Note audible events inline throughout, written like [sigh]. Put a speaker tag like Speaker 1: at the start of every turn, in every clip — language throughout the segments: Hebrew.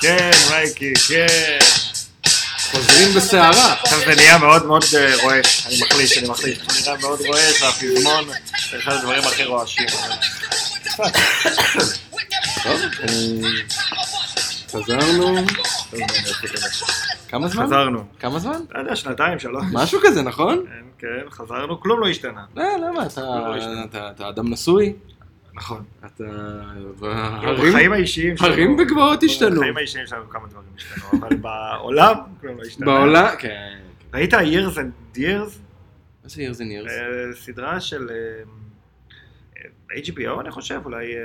Speaker 1: כן, מייקי, כן.
Speaker 2: חוזרים בסערה.
Speaker 1: עכשיו זה נהיה מאוד מאוד אה, רועש, אני מחליט, אני מחליט. זה נראה מאוד רועש, והפזמון זה אחד הדברים הכי רועשים. אבל-
Speaker 2: טוב, אה, חזרנו. כמה זמן?
Speaker 1: חזרנו.
Speaker 2: כמה זמן?
Speaker 1: לא יודע, שנתיים, שלוש.
Speaker 2: משהו כזה, נכון?
Speaker 1: כן, כן, חזרנו, כלום לא השתנה.
Speaker 2: לא, למה? אתה-
Speaker 1: לא השתנה.
Speaker 2: אתה- אתה אדם נשוי?
Speaker 1: נכון.
Speaker 2: אתה...
Speaker 1: לא, בחיים האישיים
Speaker 2: הרים וגבעות השתנו.
Speaker 1: בחיים האישיים שלנו כמה דברים השתנו, אבל בעולם כלום לא השתנה.
Speaker 2: בעולם? כן.
Speaker 1: ראית ה-Years and Dears?
Speaker 2: איזה years and years?
Speaker 1: אה, סדרה של אה, אה, HBO אני חושב, אולי אה,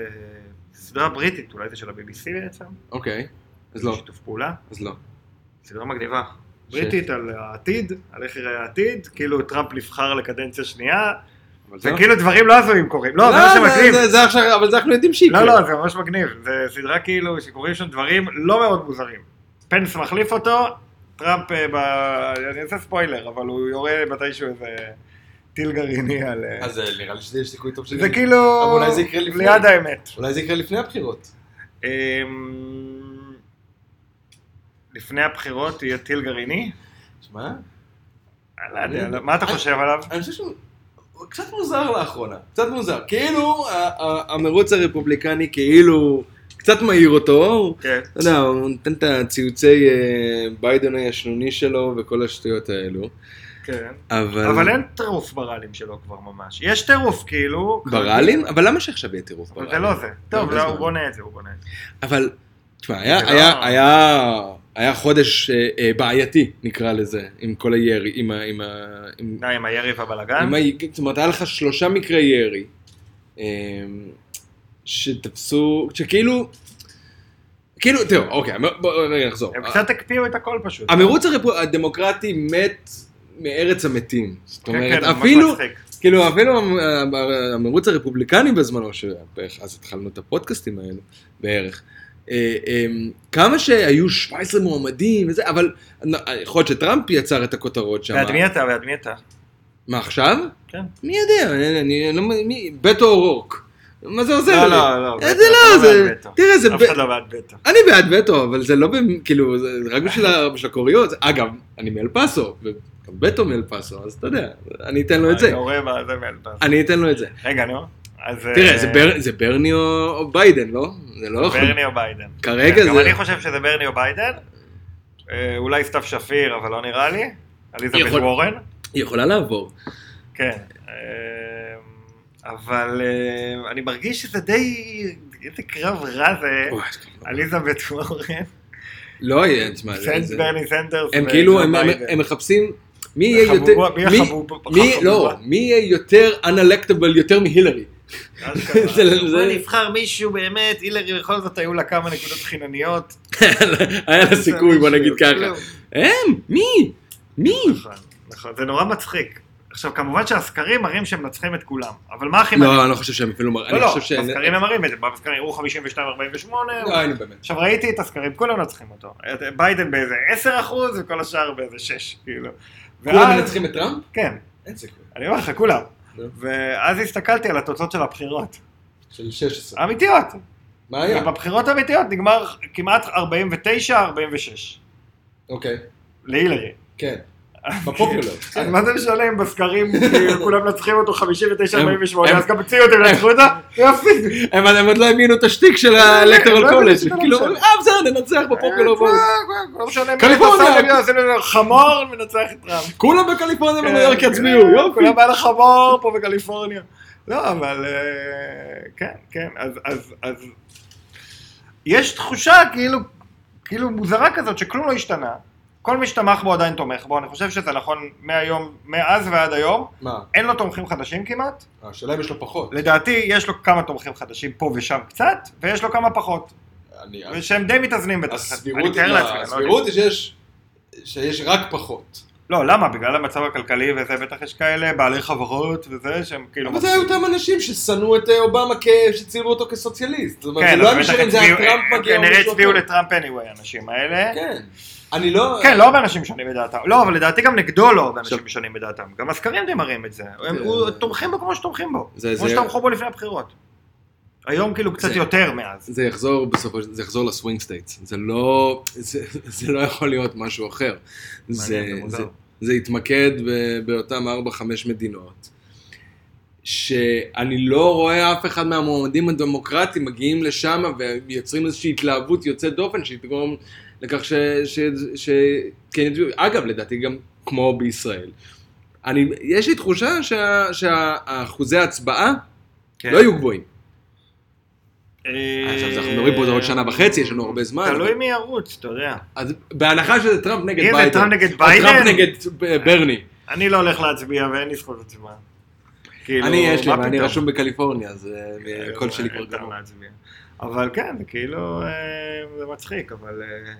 Speaker 1: סדרה בריטית, אולי זה של ה-BBC בעצם?
Speaker 2: אוקיי. אז לא,
Speaker 1: שיתוף פעולה.
Speaker 2: אז לא.
Speaker 1: סדרה מגניבה. בריטית על העתיד, על איך יראה העתיד, כאילו טראמפ נבחר לקדנציה שנייה,
Speaker 2: אבל
Speaker 1: זה
Speaker 2: לא-
Speaker 1: כאילו דברים לא הזויים קורים. לא,
Speaker 2: לא,
Speaker 1: זה מה
Speaker 2: זה-
Speaker 1: שמגניב.
Speaker 2: זה- זה עכשיו, אבל זה אנחנו יודעים שיקרה.
Speaker 1: לא, לא, זה ממש מגניב. זה סדרה כאילו שקורים שם דברים לא מאוד מוזרים. פנס מחליף אותו, טראמפ, אה, ב... אני אעשה ספוילר, אבל הוא יורה מתישהו איזה טיל גרעיני על... אה,
Speaker 3: אז אה, נראה לי שזה יש סיכוי טוב שזה...
Speaker 1: זה כאילו...
Speaker 3: אבל אולי זה יקרה לפני.
Speaker 1: ליד האמת.
Speaker 3: אולי זה יקרה לפני הבחירות.
Speaker 1: אמ, לפני הבחירות יהיה טיל גרעיני?
Speaker 3: שמע,
Speaker 1: אני לא יודע, לא- מה אתה חושב עליו?
Speaker 3: אני חושב שהוא הוא קצת מוזר לאחרונה. קצת מוזר.
Speaker 2: כאילו ה- ה- המרוץ הרפובליקני כאילו קצת מעיר אותו, הוא-
Speaker 1: כן.
Speaker 2: אתה יודע, הוא נותן את הציוצי אה, ביידן הישנוני שלו וכל השטויות האלו,
Speaker 1: כן.
Speaker 2: אבל...
Speaker 1: אבל אין טירוף ברלים שלו כבר ממש. יש טירוף כאילו...
Speaker 2: ברלים? אבל למה שעכשיו יהיה טירוף
Speaker 1: אבל זה
Speaker 2: ברלים?
Speaker 1: לא זה. טוב,
Speaker 2: זה
Speaker 1: לא,
Speaker 2: זמן.
Speaker 1: הוא בונה את זה, הוא בונה את זה.
Speaker 2: אבל, תשמע, היה-
Speaker 1: זה לא-
Speaker 2: היה- היה- היה חודש אה, אה, בעייתי, נקרא לזה, עם כל הירי, עם ה... עם ה- עם-
Speaker 1: די, עם הירי והבלאגן?
Speaker 2: עם ה- זאת אומרת, היה לך שלושה מקרי ירי אה, שתפסו, שכאילו, כאילו, תראו, אוקיי, בואו רגע נחזור.
Speaker 1: הם קצת הקפיאו את הכל פשוט.
Speaker 2: המירוץ הרפו- הדמוקרטי מת מארץ המתים. זאת
Speaker 1: כן, כן,
Speaker 2: אומרת,
Speaker 1: זה ממש
Speaker 2: אפילו,
Speaker 1: מצחיק.
Speaker 2: כאילו, אפילו המ- המ- המירוץ הרפובליקני בזמנו, שבערך אז התחלנו את הפודקאסטים האלו, בערך. אה, אה, כמה שהיו 17 מועמדים וזה, אבל אה, יכול להיות שטראמפ יצר את הכותרות שם.
Speaker 1: ועד מי אתה? ועד מי אתה?
Speaker 2: מה עכשיו?
Speaker 1: כן.
Speaker 2: מי יודע, אני- אני לא מ- מי, בטו אורוק. מה זה עוזר לי?
Speaker 1: לא, לא, לא.
Speaker 2: אה,
Speaker 1: בטא,
Speaker 2: זה לא,
Speaker 1: אתה
Speaker 2: זה,
Speaker 1: בעד בטא.
Speaker 2: תראה, זה,
Speaker 1: אף אחד
Speaker 2: ב-
Speaker 1: לא בעד בטא.
Speaker 2: אני בעד וטו, אבל זה לא, במ- כאילו, זה רק בשביל ה- בשביל הקוריאות. אגב, אני מאל פאסו, וגם וטו מאל פאסו, אז אתה יודע, אני אתן לו את זה.
Speaker 1: אני רואה מה זה בעד בטא.
Speaker 2: אני אתן לו את זה.
Speaker 1: רגע, נו. אז...
Speaker 2: תראה,
Speaker 1: אה,
Speaker 2: זה בר- זה ברני או או ביידן, לא? זה לא יכול.
Speaker 1: ברני או ביידן. כן,
Speaker 2: כרגע
Speaker 1: גם
Speaker 2: זה...
Speaker 1: אני חושב שזה ברני או ביידן. אה, אולי סתיו שפיר, אבל לא נראה לי. אליזבת
Speaker 2: יכול-
Speaker 1: וורן.
Speaker 2: היא יכולה לעבור.
Speaker 1: כן. אה, אבל אה, אני מרגיש שזה די... איזה קרב רע זה.
Speaker 2: אוי,
Speaker 1: אליזבת וורן.
Speaker 2: לא יהיה, תשמע, זה-
Speaker 1: סנט-
Speaker 2: זה-
Speaker 1: ברני סנדרס.
Speaker 2: הם
Speaker 1: וג'ו
Speaker 2: כאילו, הם- הם-
Speaker 1: ביידן.
Speaker 2: הם מחפשים... מי יהיה יותר...
Speaker 1: החבובה- מי
Speaker 2: מי-
Speaker 1: החבוב-
Speaker 2: מי, לא,
Speaker 1: החבובה?
Speaker 2: מי יהיה יותר unelectable יותר מהילרי?
Speaker 1: אשכרה.
Speaker 2: [laughs] זה- זה-
Speaker 1: בוא נבחר מישהו באמת, הילרי בכל זאת היו לה כמה נקודות
Speaker 2: [laughs]
Speaker 1: חינניות.
Speaker 2: היה לה סיכוי, בוא נגיד
Speaker 1: כלום.
Speaker 2: ככה. הם? מי? מי?
Speaker 1: נכון, נכון, זה נורא מצחיק. עכשיו, כמובן שהסקרים מראים שהם מנצחים את כולם, אבל מה הכי
Speaker 2: לא, אני לא חושב שהם אפילו מראים.
Speaker 1: לא,
Speaker 2: אני
Speaker 1: לא,
Speaker 2: חושב ש...
Speaker 1: הסקרים הם מראים את זה, בסקרים הוא 52-48.
Speaker 2: לא, אני באמת.
Speaker 1: עכשיו ראיתי את הסקרים, כולם מנצחים אותו. את- ביידן באיזה 10 אחוז וכל השאר באיזה 6, כאילו.
Speaker 2: כולם
Speaker 1: ואז-
Speaker 2: מנצחים כן. את טראמפ?
Speaker 1: כן,
Speaker 2: אין סיכוי.
Speaker 1: אני אומר לך, כולם.
Speaker 2: נו.
Speaker 1: ואז הסתכלתי על התוצאות של הבחירות.
Speaker 2: של 16.
Speaker 1: האמיתיות.
Speaker 2: מה היה?
Speaker 1: ובבחירות האמיתיות נגמר כמעט 49-46.
Speaker 2: אוקיי.
Speaker 1: להילרי.
Speaker 2: כן. בפופולר.
Speaker 1: אז מה זה משנה אם בסקרים כאילו, כולם מנצחים אותו 59-48,
Speaker 2: הם- כן.
Speaker 1: אז גם בציונות הם ינצחו אותו? יופי.
Speaker 2: הם הם עוד לא האמינו את השטיק של האלקטרל
Speaker 1: לא
Speaker 2: קולג'.
Speaker 1: האמינו
Speaker 2: כאילו,
Speaker 1: שלא
Speaker 2: אה, בסדר, ננצח בפופולר. בואו.
Speaker 1: לא משנה מי
Speaker 2: אוקיי, קליפורניה.
Speaker 1: נצחק, הם עושים לנו לא- חמור מנצח את טראמפ.
Speaker 2: כולם בקליפורניה וניו יורק
Speaker 1: כן,
Speaker 2: יצביעו, יופי.
Speaker 1: כולם על החמור פה בקליפורניה. לא, אבל אה, כן, כן, אז- אז- אז יש תחושה כאילו, כאילו מוזרה כזאת שכלום לא השתנה. כל מי שתמך בו עדיין תומך בו, אני חושב שזה נכון מהיום, מאז ועד היום.
Speaker 2: מה?
Speaker 1: אין לו תומכים חדשים כמעט.
Speaker 2: השאלה אם יש לו פחות.
Speaker 1: לדעתי יש לו כמה תומכים חדשים פה ושם קצת, ויש לו כמה פחות,
Speaker 3: אני...
Speaker 1: ושהם די מתאזנים בתחת. אני
Speaker 3: הסבירות
Speaker 1: מתאר
Speaker 3: היא-
Speaker 1: לעצמי, אני לא יודע.
Speaker 3: הסבירות היא שיש... שיש רק פחות.
Speaker 1: לא, למה? בגלל המצב הכלכלי וזה, בטח יש כאלה בעלי חברות וזה, שהם כאילו...
Speaker 3: אבל זה היו אותם אנשים ששנאו את אה, אובמה כ- שציירו אותו כסוציאליסט. זאת אומרת,
Speaker 1: כן,
Speaker 3: זה לא היה
Speaker 1: אבל
Speaker 3: משנה
Speaker 1: בטח
Speaker 3: אם זה היה
Speaker 1: הצביעו-
Speaker 3: טראמפ
Speaker 1: הם
Speaker 3: מגיע או
Speaker 1: כנראה
Speaker 3: מישהו
Speaker 1: הצביעו
Speaker 3: אחר.
Speaker 1: לטראמפ anyway, האנשים האלה.
Speaker 3: כן. אני לא...
Speaker 1: כן, לא הרבה אנשים שונים בדעתם. לא, אבל לדעתי גם נגדו לא הרבה אנשים שונים בדעתם. גם הסקרים די מראים את זה. הם- הוא- תומכים בו כמו שתומכים בו.
Speaker 2: כן. זה-
Speaker 1: כמו
Speaker 2: זה-
Speaker 1: שתמכו בו לפני הבחירות. היום כאילו קצת
Speaker 2: זה-
Speaker 1: יותר מאז.
Speaker 2: זה יחזור בסופו של זה יחזור לסווינג סטייטס. זה לא, זה, זה לא יכול להיות משהו אחר. זה,
Speaker 1: מעניין,
Speaker 2: זה,
Speaker 1: מוזר.
Speaker 2: זה יתמקד ב, באותם 4-5 מדינות, שאני לא רואה אף אחד מהמועמדים הדמוקרטים מגיעים לשם ויוצרים איזושהי התלהבות יוצאת דופן שתגרום לכך ש... ש, ש כן, יצביעו. אגב, לדעתי גם כמו בישראל. אני, יש לי תחושה שה- שהאחוזי ההצבעה
Speaker 1: כן.
Speaker 2: לא יהיו גבוהים.
Speaker 1: אה,
Speaker 2: עכשיו אנחנו מדברים פה זה עוד שנה וחצי, יש לנו הרבה זמן.
Speaker 1: תלוי מי ירוץ, אתה יודע.
Speaker 2: אז בהנחה שזה טראמפ נגד
Speaker 1: אם זה
Speaker 2: ביידן.
Speaker 1: טראמפ נגד
Speaker 2: או טראמפ
Speaker 1: ביידן?
Speaker 2: נגד אה, ברני.
Speaker 1: אני לא הולך להצביע ואין לי זכות הצבעה. כאילו,
Speaker 2: אני יש לי,
Speaker 1: מה
Speaker 2: אבל אני
Speaker 1: פתאום?
Speaker 2: רשום בקליפורניה, אז אה,
Speaker 1: אה,
Speaker 2: הקול שלי כבר
Speaker 1: אין טעם
Speaker 2: גמור.
Speaker 1: להצביע. אבל כן, זה כאילו, אה, זה מצחיק, אבל... אה,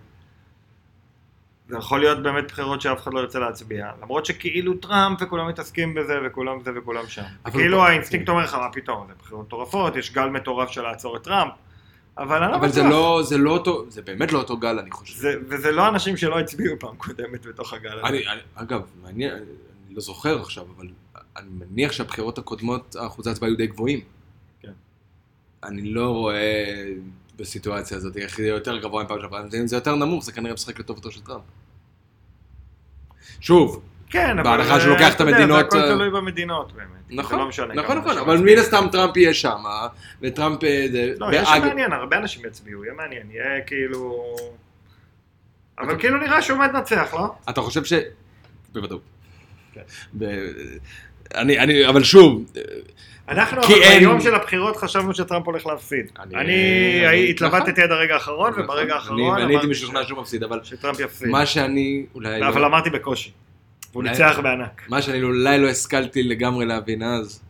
Speaker 1: זה יכול להיות באמת בחירות שאף אחד לא ירצה להצביע, למרות שכאילו טראמפ וכולם מתעסקים בזה וכולם זה וכולם שם.
Speaker 2: אבל כן.
Speaker 1: כאילו
Speaker 2: פה-
Speaker 1: האינסטינקט אומר לך מה פתאום, זה בחירות מטורפות, יש גל מטורף של לעצור את טראמפ, אבל אני לא
Speaker 2: אבל זה
Speaker 1: בטוח.
Speaker 2: לא, זה לא אותו, זה באמת לא אותו גל, אני חושב.
Speaker 1: זה- וזה לא אנשים שלא הצביעו פעם קודמת בתוך הגל הזה.
Speaker 2: אני, אני- אגב, מעניין, אני אני לא זוכר עכשיו, אבל אני מניח שהבחירות הקודמות, אחוזי ההצבעה היו די גבוהים.
Speaker 1: כן.
Speaker 2: אני לא רואה בסיטואציה הזאת, איך זה יותר גבוה מפעם שעברה, אם זה יותר נמוך, זה כנראה משחק לטובתו של טראמפ. שוב,
Speaker 1: כן, אבל...
Speaker 2: בהנחה
Speaker 1: אה,
Speaker 2: שהוא לוקח את
Speaker 1: אתה יודע,
Speaker 2: המדינות,
Speaker 1: זה הכל
Speaker 2: אה,
Speaker 1: תלוי במדינות באמת. זה
Speaker 2: נכון,
Speaker 1: לא משנה
Speaker 2: נכון,
Speaker 1: כמה
Speaker 2: נכון,
Speaker 1: אנשים
Speaker 2: אבל
Speaker 1: יצביעו.
Speaker 2: מן הסתם טראמפ יהיה שם, וטראמפ... אה, זה-
Speaker 1: לא,
Speaker 2: ואג-
Speaker 1: יהיה שם מעניין, הרבה אנשים יצביעו, יהיה מעניין, יהיה כאילו...
Speaker 2: אוקיי.
Speaker 1: אבל כאילו נראה שהוא עומד לנצח, לא?
Speaker 2: אתה חושב ש... בוודאות.
Speaker 1: כן.
Speaker 2: ב- אני, אני, אבל שוב, אה,
Speaker 1: אנחנו
Speaker 2: כי
Speaker 1: אבל
Speaker 2: אין-
Speaker 1: ביום של הבחירות חשבנו שטראמפ הולך להפסיד.
Speaker 2: אני-
Speaker 1: אני
Speaker 2: אני-
Speaker 1: התלבטתי עד הרגע האחרון,
Speaker 2: נכון,
Speaker 1: וברגע
Speaker 2: אני-
Speaker 1: האחרון
Speaker 2: אני הייתי
Speaker 1: אמרתי
Speaker 2: משוכנע שהוא מפסיד, אבל
Speaker 1: ש- שטראמפ יפסיד.
Speaker 2: מה שאני אולי... לא-
Speaker 1: אבל אמרתי בקושי. והוא
Speaker 2: אולי-
Speaker 1: ניצח בענק.
Speaker 2: מה שאני אולי לא השכלתי לגמרי להבין אז,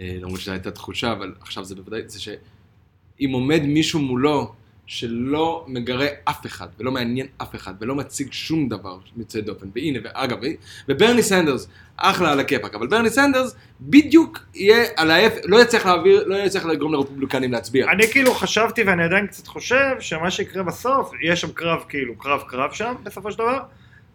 Speaker 2: אה, למרות שזו הייתה תחושה, אבל עכשיו זה בוודאי, זה שאם עומד מישהו מולו שלא מגרה אף אחד, ולא מעניין אף אחד, ולא מציג שום דבר מצד דופן, והנה, ואגב, אה, וברני סנדרס, אחלה על הכיפאק, אבל ברני סנדרס בדיוק יהיה על ההפך, לא יצליח להעביר, לא יצליח לגרום לרפובליקנים להצביע.
Speaker 1: אני כאילו חשבתי ואני עדיין קצת חושב שמה שיקרה בסוף, יהיה שם קרב כאילו, קרב קרב שם בסופו של דבר,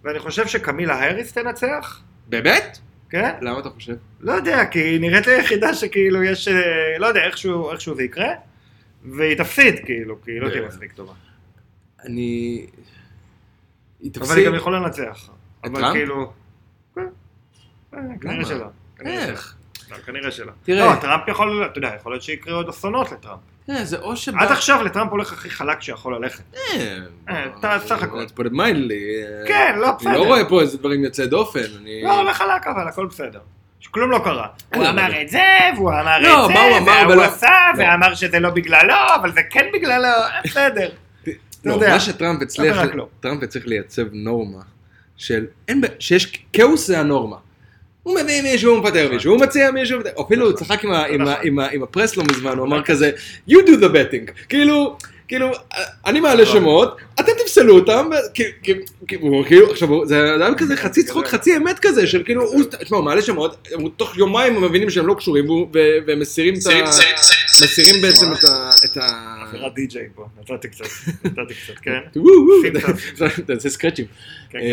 Speaker 1: ואני חושב שקמילה האריס תנצח,
Speaker 2: באמת?
Speaker 1: כן?
Speaker 2: למה אתה חושב?
Speaker 1: לא יודע, כי היא נראית לי היחידה שכאילו יש, אה, לא יודע, איכשהו, איכשהו זה יקרה, והיא תפסיד כאילו, כי היא לא תהיה
Speaker 2: כן.
Speaker 1: מספיק טובה.
Speaker 2: אני... היא
Speaker 1: אבל היא
Speaker 2: תפסיד...
Speaker 1: גם יכולה לנצח. אבל
Speaker 2: טראמפ?
Speaker 1: כאילו... כן. אה, כנראה
Speaker 2: למה?
Speaker 1: שלא. כנראה שלא.
Speaker 2: איך?
Speaker 1: לא, כנראה שלא.
Speaker 2: תראה.
Speaker 1: לא, טראמפ יכול, אתה יודע, יכול להיות שיקרה עוד אסונות לטראמפ.
Speaker 2: אה, זה או שבא...
Speaker 1: עד עכשיו לטראמפ הולך הכי חלק שיכול ללכת.
Speaker 2: אה,
Speaker 1: אתה סך הכל.
Speaker 2: את פועלת מיילדלי.
Speaker 1: כן, לא,
Speaker 2: אני לא
Speaker 1: בסדר.
Speaker 2: רואה פה איזה דברים יוצאי דופן. אני...
Speaker 1: לא, הולך חלק אבל, הכל בסדר. כלום לא קרה. הוא
Speaker 2: לא,
Speaker 1: אמר
Speaker 2: אבל-
Speaker 1: את זה, והוא אמר
Speaker 2: לא,
Speaker 1: את
Speaker 2: מה הוא
Speaker 1: זה,
Speaker 2: אמר, אבל
Speaker 1: והוא
Speaker 2: לא-
Speaker 1: עשה,
Speaker 2: לא.
Speaker 1: ואמר שזה לא בגללו, אבל זה כן בגללו, אה, בסדר. אתה
Speaker 2: לא,
Speaker 1: יודע.
Speaker 2: מה שטראמפ הצליח,
Speaker 1: רק לא.
Speaker 2: טראמפ הצליח לייצב נורמה של, אין בעיה, שיש כאוס זה הנורמה. הוא מביא מישהו, הוא מפטר
Speaker 1: נכון.
Speaker 2: מישהו, הוא מציע מישהו, הוא מפטר- אפילו הוא
Speaker 1: נכון.
Speaker 2: צחק עם ה- עם ה-
Speaker 1: נכון.
Speaker 2: עם ה- עם הפרס לא מזמן, הוא אמר כזה, you do the betting, כאילו, כאילו, אני מעלה
Speaker 1: נכון.
Speaker 2: שמות, אתם תפסלו אותם, ו- כי- כי- כי- הוא כאילו, עכשיו, זה אדם כזה חצי צחוק,
Speaker 1: כזה.
Speaker 2: חצי אמת כזה, של כאילו, הוא,
Speaker 1: נכון.
Speaker 2: תשמע, הוא מעלה שמות, הוא- תוך יומיים הם מבינים שהם לא קשורים, והוא- ו- והם מסירים את ה... מסירים בעצם את ה... את ה...
Speaker 1: נראה די-ג'יי פה, נתתי
Speaker 2: [laughs]
Speaker 1: קצת, נתתי קצת, כן?
Speaker 2: וואו, וואו,
Speaker 1: שים
Speaker 2: [laughs] אתה- אתה עושה סקרצ'ים.
Speaker 1: כן, כן.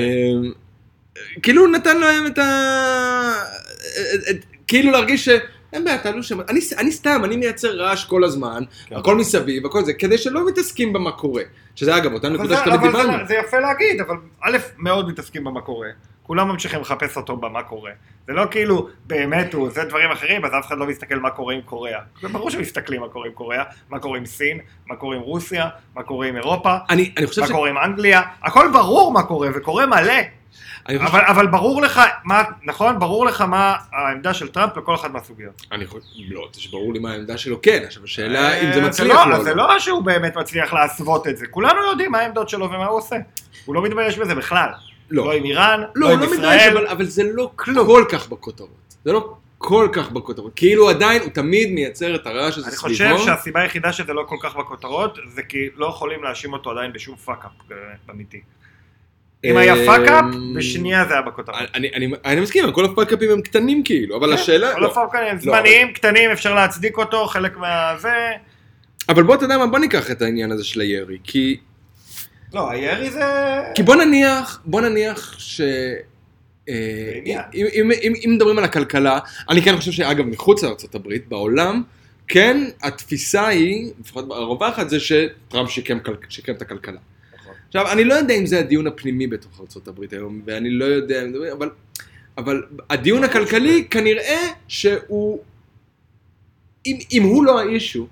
Speaker 2: אמ, כאילו הוא נתן להם את ה... את- את- כאילו להרגיש ש... אין בעיה, תעלו שם. אני ס- אני סתם, אני מייצר רעש כל הזמן,
Speaker 1: כן.
Speaker 2: הכל מסביב, הכל זה, כדי שלא מתעסקים במה קורה. שזה אגב, אותה
Speaker 1: אבל
Speaker 2: נקודה
Speaker 1: זה-
Speaker 2: שתמיד
Speaker 1: אבל זה-
Speaker 2: דיברנו.
Speaker 1: זה יפה להגיד, אבל א', מאוד מתעסקים במה קורה. כולם ממשיכים לחפש אותו במה קורה. זה לא כאילו, באמת הוא עושה דברים אחרים, אז אף אחד לא מסתכל מה קורה עם קוריאה. זה ברור שמסתכלים מה קורה עם קוריאה, מה קורה עם סין, מה קורה עם רוסיה, מה קורה עם אירופה,
Speaker 2: אני אני חושב
Speaker 1: מה
Speaker 2: ש...
Speaker 1: קורה עם אנגליה, הכל ברור מה קורה, וקורה מלא.
Speaker 2: אני חושב-
Speaker 1: אבל, אבל ברור לך, מה, נכון? ברור לך מה העמדה של טראמפ לכל אחת מהסוגיות.
Speaker 2: אני חושב... לא, זה שברור לי מה העמדה שלו, כן. עכשיו השאלה אם זה
Speaker 1: אה,
Speaker 2: מצליח
Speaker 1: לא,
Speaker 2: לו
Speaker 1: אז
Speaker 2: או
Speaker 1: זה
Speaker 2: לא.
Speaker 1: לא שהוא באמת מצליח להסוות את זה. כולנו יודעים מה העמדות שלו ומה הוא עושה. הוא לא מתבייש בזה בכלל. לא
Speaker 2: לא,
Speaker 1: עם איראן, לא
Speaker 2: לא,
Speaker 1: עם
Speaker 2: לא מתבייש,
Speaker 1: ישראל.
Speaker 2: אבל- אבל זה לא כל כך בכותרות. זה לא כל כך בכותרות. כאילו עדיין, הוא תמיד מייצר את הרעש הזה
Speaker 1: אני
Speaker 2: סביבו.
Speaker 1: חושב שהסיבה היחידה שזה לא כל כך בכותרות, זה כי לא יכולים להאשים אותו עדיין בשום פאק-אפ אה, אמיתי. אם היה
Speaker 2: אה,
Speaker 1: פאק-אפ, בשנייה זה היה בכותרות.
Speaker 2: אני, אני, אני מסכים, כל הפאק-אפים הם קטנים כאילו, אה, אבל השאלה...
Speaker 1: כן, כל
Speaker 2: לא.
Speaker 1: הפאק-אפים הם זמניים, קטנים, אפשר להצדיק אותו, חלק מהזה.
Speaker 2: אבל בוא, אתה יודע מה, בוא ניקח את העניין הזה של הירי, כי,
Speaker 1: לא, הירי זה...
Speaker 2: כי בוא נניח, בוא נניח ש... אה,
Speaker 1: עניין.
Speaker 2: אם, אם, אם, אם מדברים על הכלכלה, אני כן חושב שאגב, מחוץ לארה"ב, בעולם, כן, התפיסה היא, לפחות הרווחת, זה שטראמפ שיקם, כל- שיקם את הכלכלה.
Speaker 3: נכון.
Speaker 2: עכשיו, אני לא יודע אם זה הדיון הפנימי בתוך ארה"ב היום, ואני לא יודע, אם זה- אבל, אבל הדיון הכלכלי כנראה שהוא, אם, אם הוא לא האישו,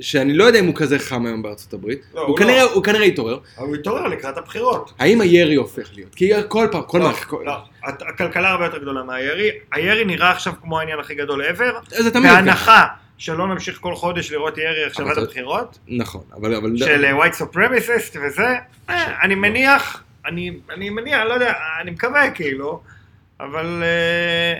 Speaker 2: שאני לא יודע אם הוא כזה חם היום בארצות הברית,
Speaker 1: לא,
Speaker 2: הוא,
Speaker 1: הוא
Speaker 2: כנראה,
Speaker 1: לא.
Speaker 2: הוא כנראה התעורר,
Speaker 1: אבל הוא התעורר לקראת הבחירות.
Speaker 2: האם הירי הופך להיות? כי כל פעם, כל
Speaker 1: לא,
Speaker 2: מערכת, כל-
Speaker 1: לא, הת- הכלכלה הרבה יותר גדולה מהירי. הירי נראה עכשיו כמו העניין הכי גדול ever.
Speaker 2: זה תמיד ככה.
Speaker 1: בהנחה שלא נמשיך כל חודש לראות ירי עכשיו
Speaker 2: אבל
Speaker 1: עד
Speaker 2: אתה-
Speaker 1: הבחירות,
Speaker 2: נכון, אבל, אבל,
Speaker 1: של אה, white supremacist וזה, אה, אני מניח, אני אני מניח, לא יודע, אני מקווה כאילו, אבל... אה,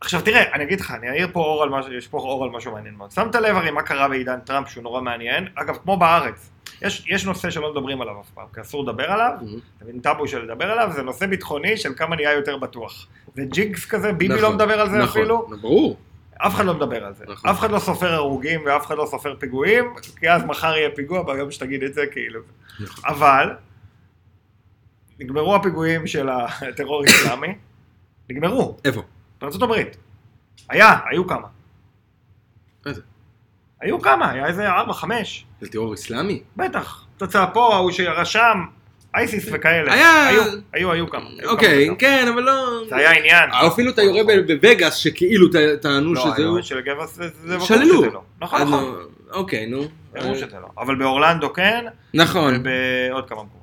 Speaker 1: עכשיו תראה, אני אגיד לך, אני אעיר פה אור על משהו, יש פה אור על משהו מעניין מאוד. שמת לב הרי מה קרה בעידן טראמפ שהוא נורא מעניין, אגב, כמו בארץ. יש, יש נושא שלא מדברים עליו אף פעם, כי אסור לדבר עליו,
Speaker 2: נכון,
Speaker 1: זה מין טאבו של לדבר עליו, זה נושא ביטחוני של כמה נהיה יותר בטוח. זה ג'יגס כזה, ביבי
Speaker 2: נכון,
Speaker 1: לא מדבר על זה
Speaker 2: נכון,
Speaker 1: אפילו.
Speaker 2: ברור.
Speaker 1: אף אחד לא מדבר על זה.
Speaker 2: נכון.
Speaker 1: אף אחד לא סופר הרוגים ואף אחד לא סופר פיגועים, כי אז מחר יהיה פיגוע ביום שתגיד את זה, כאילו.
Speaker 2: נכון.
Speaker 1: אבל, נגמרו הפיגועים של הטרור האסלאמי, נגמרו,
Speaker 2: איפה?
Speaker 1: בארצות הברית. היה, היו כמה.
Speaker 2: איזה?
Speaker 1: היו כמה, היה איזה ארבע, חמש,
Speaker 2: זה טרור אסלאמי?
Speaker 1: בטח. תוצאה פה, ההוא שירה שם, אייסיס וכאלה.
Speaker 2: היה-
Speaker 1: היו, היו, היו כמה. היו
Speaker 2: אוקיי,
Speaker 1: כמה, כמה.
Speaker 2: כן, אבל לא...
Speaker 1: זה היה עניין.
Speaker 2: אפילו אתה יורה ב- בווגאס, שכאילו ט- טענו שזה הוא...
Speaker 1: לא, של גבע זה... זה ברור
Speaker 2: שללו.
Speaker 1: שזה לא. נכון,
Speaker 2: אז
Speaker 1: נכון.
Speaker 2: לא, אוקיי, נו.
Speaker 1: ברור שזה לא. אבל באורלנדו כן,
Speaker 2: נכון.
Speaker 1: ובעוד כמה מקומות.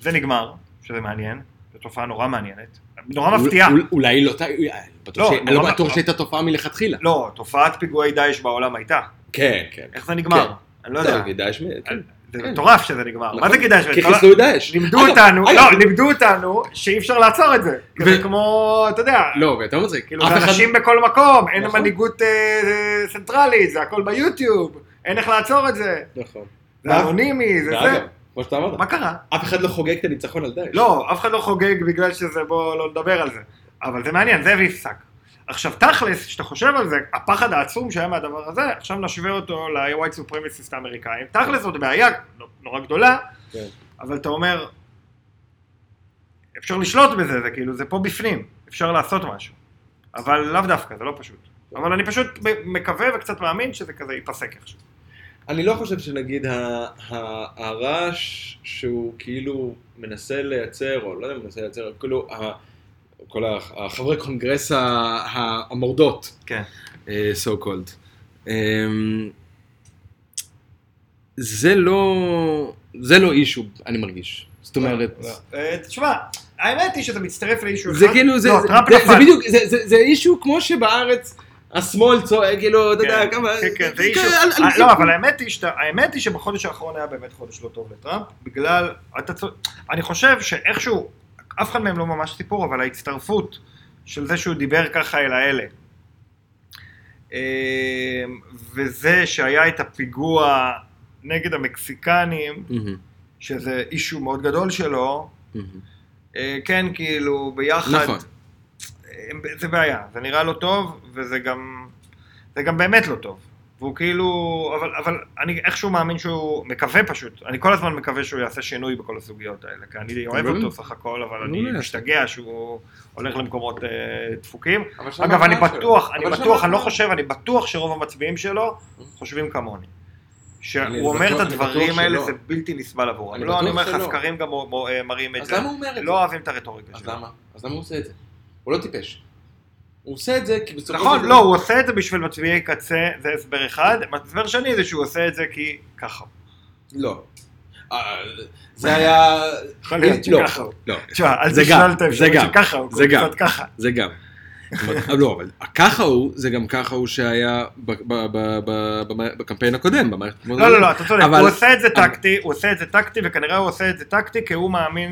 Speaker 1: וזה נגמר, שזה מעניין, זו תופעה נורא מעניינת. נורא מפתיעה.
Speaker 2: אול- אולי לא... ט- אני בטוח
Speaker 1: לא,
Speaker 2: ש- אני לא
Speaker 1: אבל-
Speaker 2: בטוח שהייתה תופעה מלכתחילה.
Speaker 1: לא, תופעת פיגועי דאעש בעולם הייתה.
Speaker 2: כן, כן.
Speaker 1: איך זה נגמר?
Speaker 2: כן.
Speaker 1: אני לא יודע. אה,
Speaker 2: דאעש מת.
Speaker 1: זה
Speaker 2: כן.
Speaker 1: מטורף שזה נגמר. מה
Speaker 2: נכון.
Speaker 1: זה כדאי שזה
Speaker 2: כי
Speaker 1: נגמר?
Speaker 2: חיסלו את דאעש.
Speaker 1: לימדו
Speaker 2: אגב,
Speaker 1: אותנו,
Speaker 2: אגב,
Speaker 1: לא, לימדו אותנו שאי אפשר לעצור את זה. כי זה
Speaker 2: ו-
Speaker 1: כמו, אתה יודע,
Speaker 2: לא, ואתה אומר את זה,
Speaker 1: כאילו
Speaker 2: אף
Speaker 1: זה
Speaker 2: אחד-
Speaker 1: אנשים בכל מקום, אין
Speaker 2: נכון.
Speaker 1: מנהיגות אה, אה, צנטרלית, זה הכל ביוטיוב, אין איך לעצור את זה,
Speaker 2: נכון.
Speaker 1: זה
Speaker 2: מה?
Speaker 1: אנונימי, זה זה.
Speaker 2: ואגב, כמו שאתה אמרת,
Speaker 1: מה קרה?
Speaker 2: אף אחד לא חוגג את הניצחון על דאעש.
Speaker 1: לא, אף אחד לא חוגג בגלל שזה, בואו לא נדבר על זה. אבל זה מעניין, זה ויפסק. עכשיו תכלס, כשאתה חושב על זה, הפחד העצום שהיה מהדבר הזה, עכשיו נשווה אותו ל-white supremacist האמריקאים. תכלס זאת בעיה נורא גדולה,
Speaker 2: כן.
Speaker 1: אבל אתה אומר, אפשר לשלוט בזה, זה כאילו, זה פה בפנים, אפשר לעשות משהו. אבל לאו דווקא, זה לא פשוט. אבל אני פשוט מ- מקווה וקצת מאמין שזה כזה ייפסק איכשהו.
Speaker 2: אני לא חושב שנגיד ה- ה- הרעש שהוא כאילו מנסה לייצר, או לא יודע אם הוא מנסה לייצר, כאילו ה- כל ה- החברי קונגרס ה- ה- המורדות,
Speaker 1: כן.
Speaker 2: אה, so called. אמ, זה לא, זה לא אישו, אני מרגיש. זאת אומרת,
Speaker 1: אה, תשמע, האמת היא שזה מצטרף לאישו אחד.
Speaker 2: זה כאילו, זה,
Speaker 1: לא,
Speaker 2: זה,
Speaker 1: טראמפ
Speaker 2: זה,
Speaker 1: נפל.
Speaker 2: זה בדיוק, זה, זה, זה אישו כמו שבארץ השמאל צועק, כאילו, אתה יודע,
Speaker 1: כן,
Speaker 2: כמה...
Speaker 1: כן, כן, זה
Speaker 2: כאילו,
Speaker 1: אישו.
Speaker 2: על- על-
Speaker 1: אה,
Speaker 2: [laughs]
Speaker 1: לא, אבל האמת היא שאתה- האמת היא שבחודש האחרון היה באמת חודש לא טוב לטראמפ, בגלל, אתה צודק, אני חושב שאיכשהו, אף אחד מהם לא ממש סיפור, אבל ההצטרפות של זה שהוא דיבר ככה אל האלה, אמ, וזה שהיה את הפיגוע נגד המקסיקנים,
Speaker 2: מהמם,
Speaker 1: שזה אישו מאוד גדול שלו,
Speaker 2: מהמם.
Speaker 1: אה, כן, כאילו, ביחד,
Speaker 2: נכון.
Speaker 1: הם- זה בעיה, זה נראה לא טוב, וזה גם, זה גם באמת לא טוב. והוא כאילו, אבל, אבל אני איכשהו מאמין שהוא, מקווה פשוט, אני כל הזמן מקווה שהוא יעשה שינוי בכל הסוגיות האלה, כי אני אוהב
Speaker 2: מעולה.
Speaker 1: אותו סך הכל, אבל אני
Speaker 2: מעולה.
Speaker 1: משתגע שהוא הולך למקומות אה, דפוקים.
Speaker 3: אבל שם
Speaker 1: אגב, אני
Speaker 3: ההכרעה שלו.
Speaker 1: בטוח, אני
Speaker 3: אבל שם
Speaker 1: בטוח, אני לא
Speaker 3: ההכרעה.
Speaker 1: חושב, אני בטוח שרוב המצביעים שלו חושבים כמוני.
Speaker 2: אני
Speaker 1: שהוא אומר את
Speaker 2: בטוח- אני
Speaker 1: הדברים
Speaker 2: בטוח
Speaker 1: האלה,
Speaker 2: שלא.
Speaker 1: זה בלתי נסבל עבורם.
Speaker 2: אני
Speaker 1: לא, אני
Speaker 2: בטוח
Speaker 1: אומר לך,
Speaker 2: שלא.
Speaker 1: סקרים גם מו- מו- אה, מראים את
Speaker 2: אז
Speaker 1: זה.
Speaker 2: למה הוא אומר את זה?
Speaker 1: לא אוהבים את הרטוריקה
Speaker 2: אז
Speaker 1: שלו.
Speaker 2: למה? אז למה הוא עושה את זה? הוא לא טיפש. הוא עושה את זה כי בסופו
Speaker 1: נכון,
Speaker 2: של
Speaker 1: לא, הוא עושה את זה בשביל מצביעי קצה, זה הסבר אחד. הסבר שני זה שהוא עושה את זה כי ככה.
Speaker 2: לא. אה, זה היה...
Speaker 1: יכול להיות
Speaker 2: לא,
Speaker 1: שככה.
Speaker 2: לא.
Speaker 1: תשמע, אל
Speaker 2: זה
Speaker 1: תשלול
Speaker 2: גם,
Speaker 1: את
Speaker 2: זה
Speaker 1: האפשרות
Speaker 2: גם,
Speaker 1: שככה, הוא
Speaker 2: זה גם.
Speaker 1: קצת ככה.
Speaker 2: זה גם. אבל- לא, אבל ככה הוא, זה גם ככה הוא שהיה ב- ב- ב- ב- ב- בקמפיין הקודם, במערכת...
Speaker 1: לא, לא, לא, אתה צודק,
Speaker 2: אבל-
Speaker 1: הוא עושה את זה
Speaker 2: אבל-
Speaker 1: טקטי, הוא עושה את זה טקטי, וכנראה הוא עושה את זה טקטי כי הוא מאמין,